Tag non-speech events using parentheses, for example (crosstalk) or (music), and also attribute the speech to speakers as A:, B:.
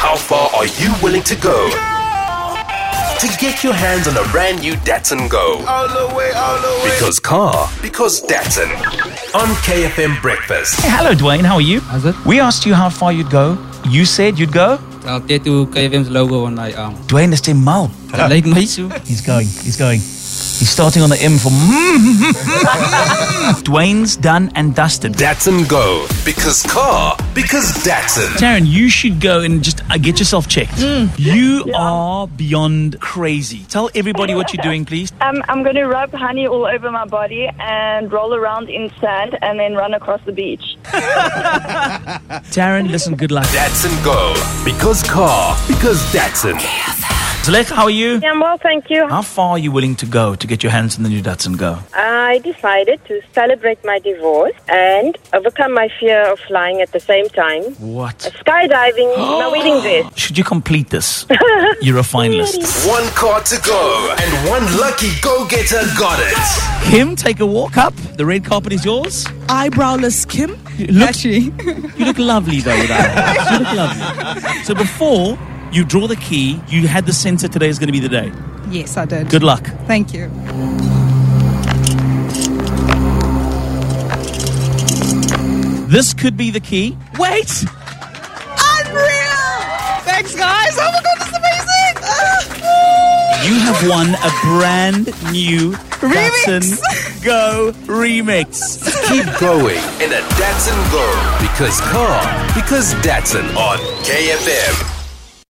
A: How far are you willing to go? To get your hands on a brand new Datsun Go.
B: All the way, all the way.
A: Because car, because Datsun. On KFM Breakfast.
C: Hey, hello, Dwayne. How are you?
D: How's it?
C: We asked you how far you'd go. You said you'd go.
D: I'll tattoo KFM's logo on my arm.
C: Dwayne is 10 mile.
D: The late Maisu.
C: He's going. He's going. He's starting on the M for. (laughs) mm. Dwayne's done and dusted.
A: Datsun Go. Because car, because Datsun.
C: Taryn, you should go and just uh, get yourself checked.
D: Mm.
C: You are beyond crazy. Tell everybody what you're doing, please.
E: Um, I'm going to rub honey all over my body and roll around in sand and then run across the beach.
C: Taryn, listen, good luck.
A: Datsun Go. Because car, because Datsun.
C: Zalek, how are you?
F: I'm well, thank you.
C: How far are you willing to go to get your hands on the new Datsun Go?
F: I decided to celebrate my divorce and overcome my fear of flying at the same time.
C: What?
F: Skydiving, (gasps) in my wedding dress.
C: Should you complete
D: (laughs)
C: this? You're a finalist.
A: One car to go, and one lucky go getter got it.
C: Kim, take a walk up. The red carpet is yours.
G: eyebrowless Kim. Actually,
C: You look lovely though with eyebrows. You look lovely. So before you draw the key, you had the sense that today is going to be the day.
G: yes, I did.
C: Good luck.
G: Thank you.
C: This could be the key. Wait!
G: Unreal! Thanks, guys. Oh my god, this is amazing. Ah.
C: You have won a brand new Datsun Go remix.
A: Keep going in a Datsun Go. Because car, because Datsun on KFM.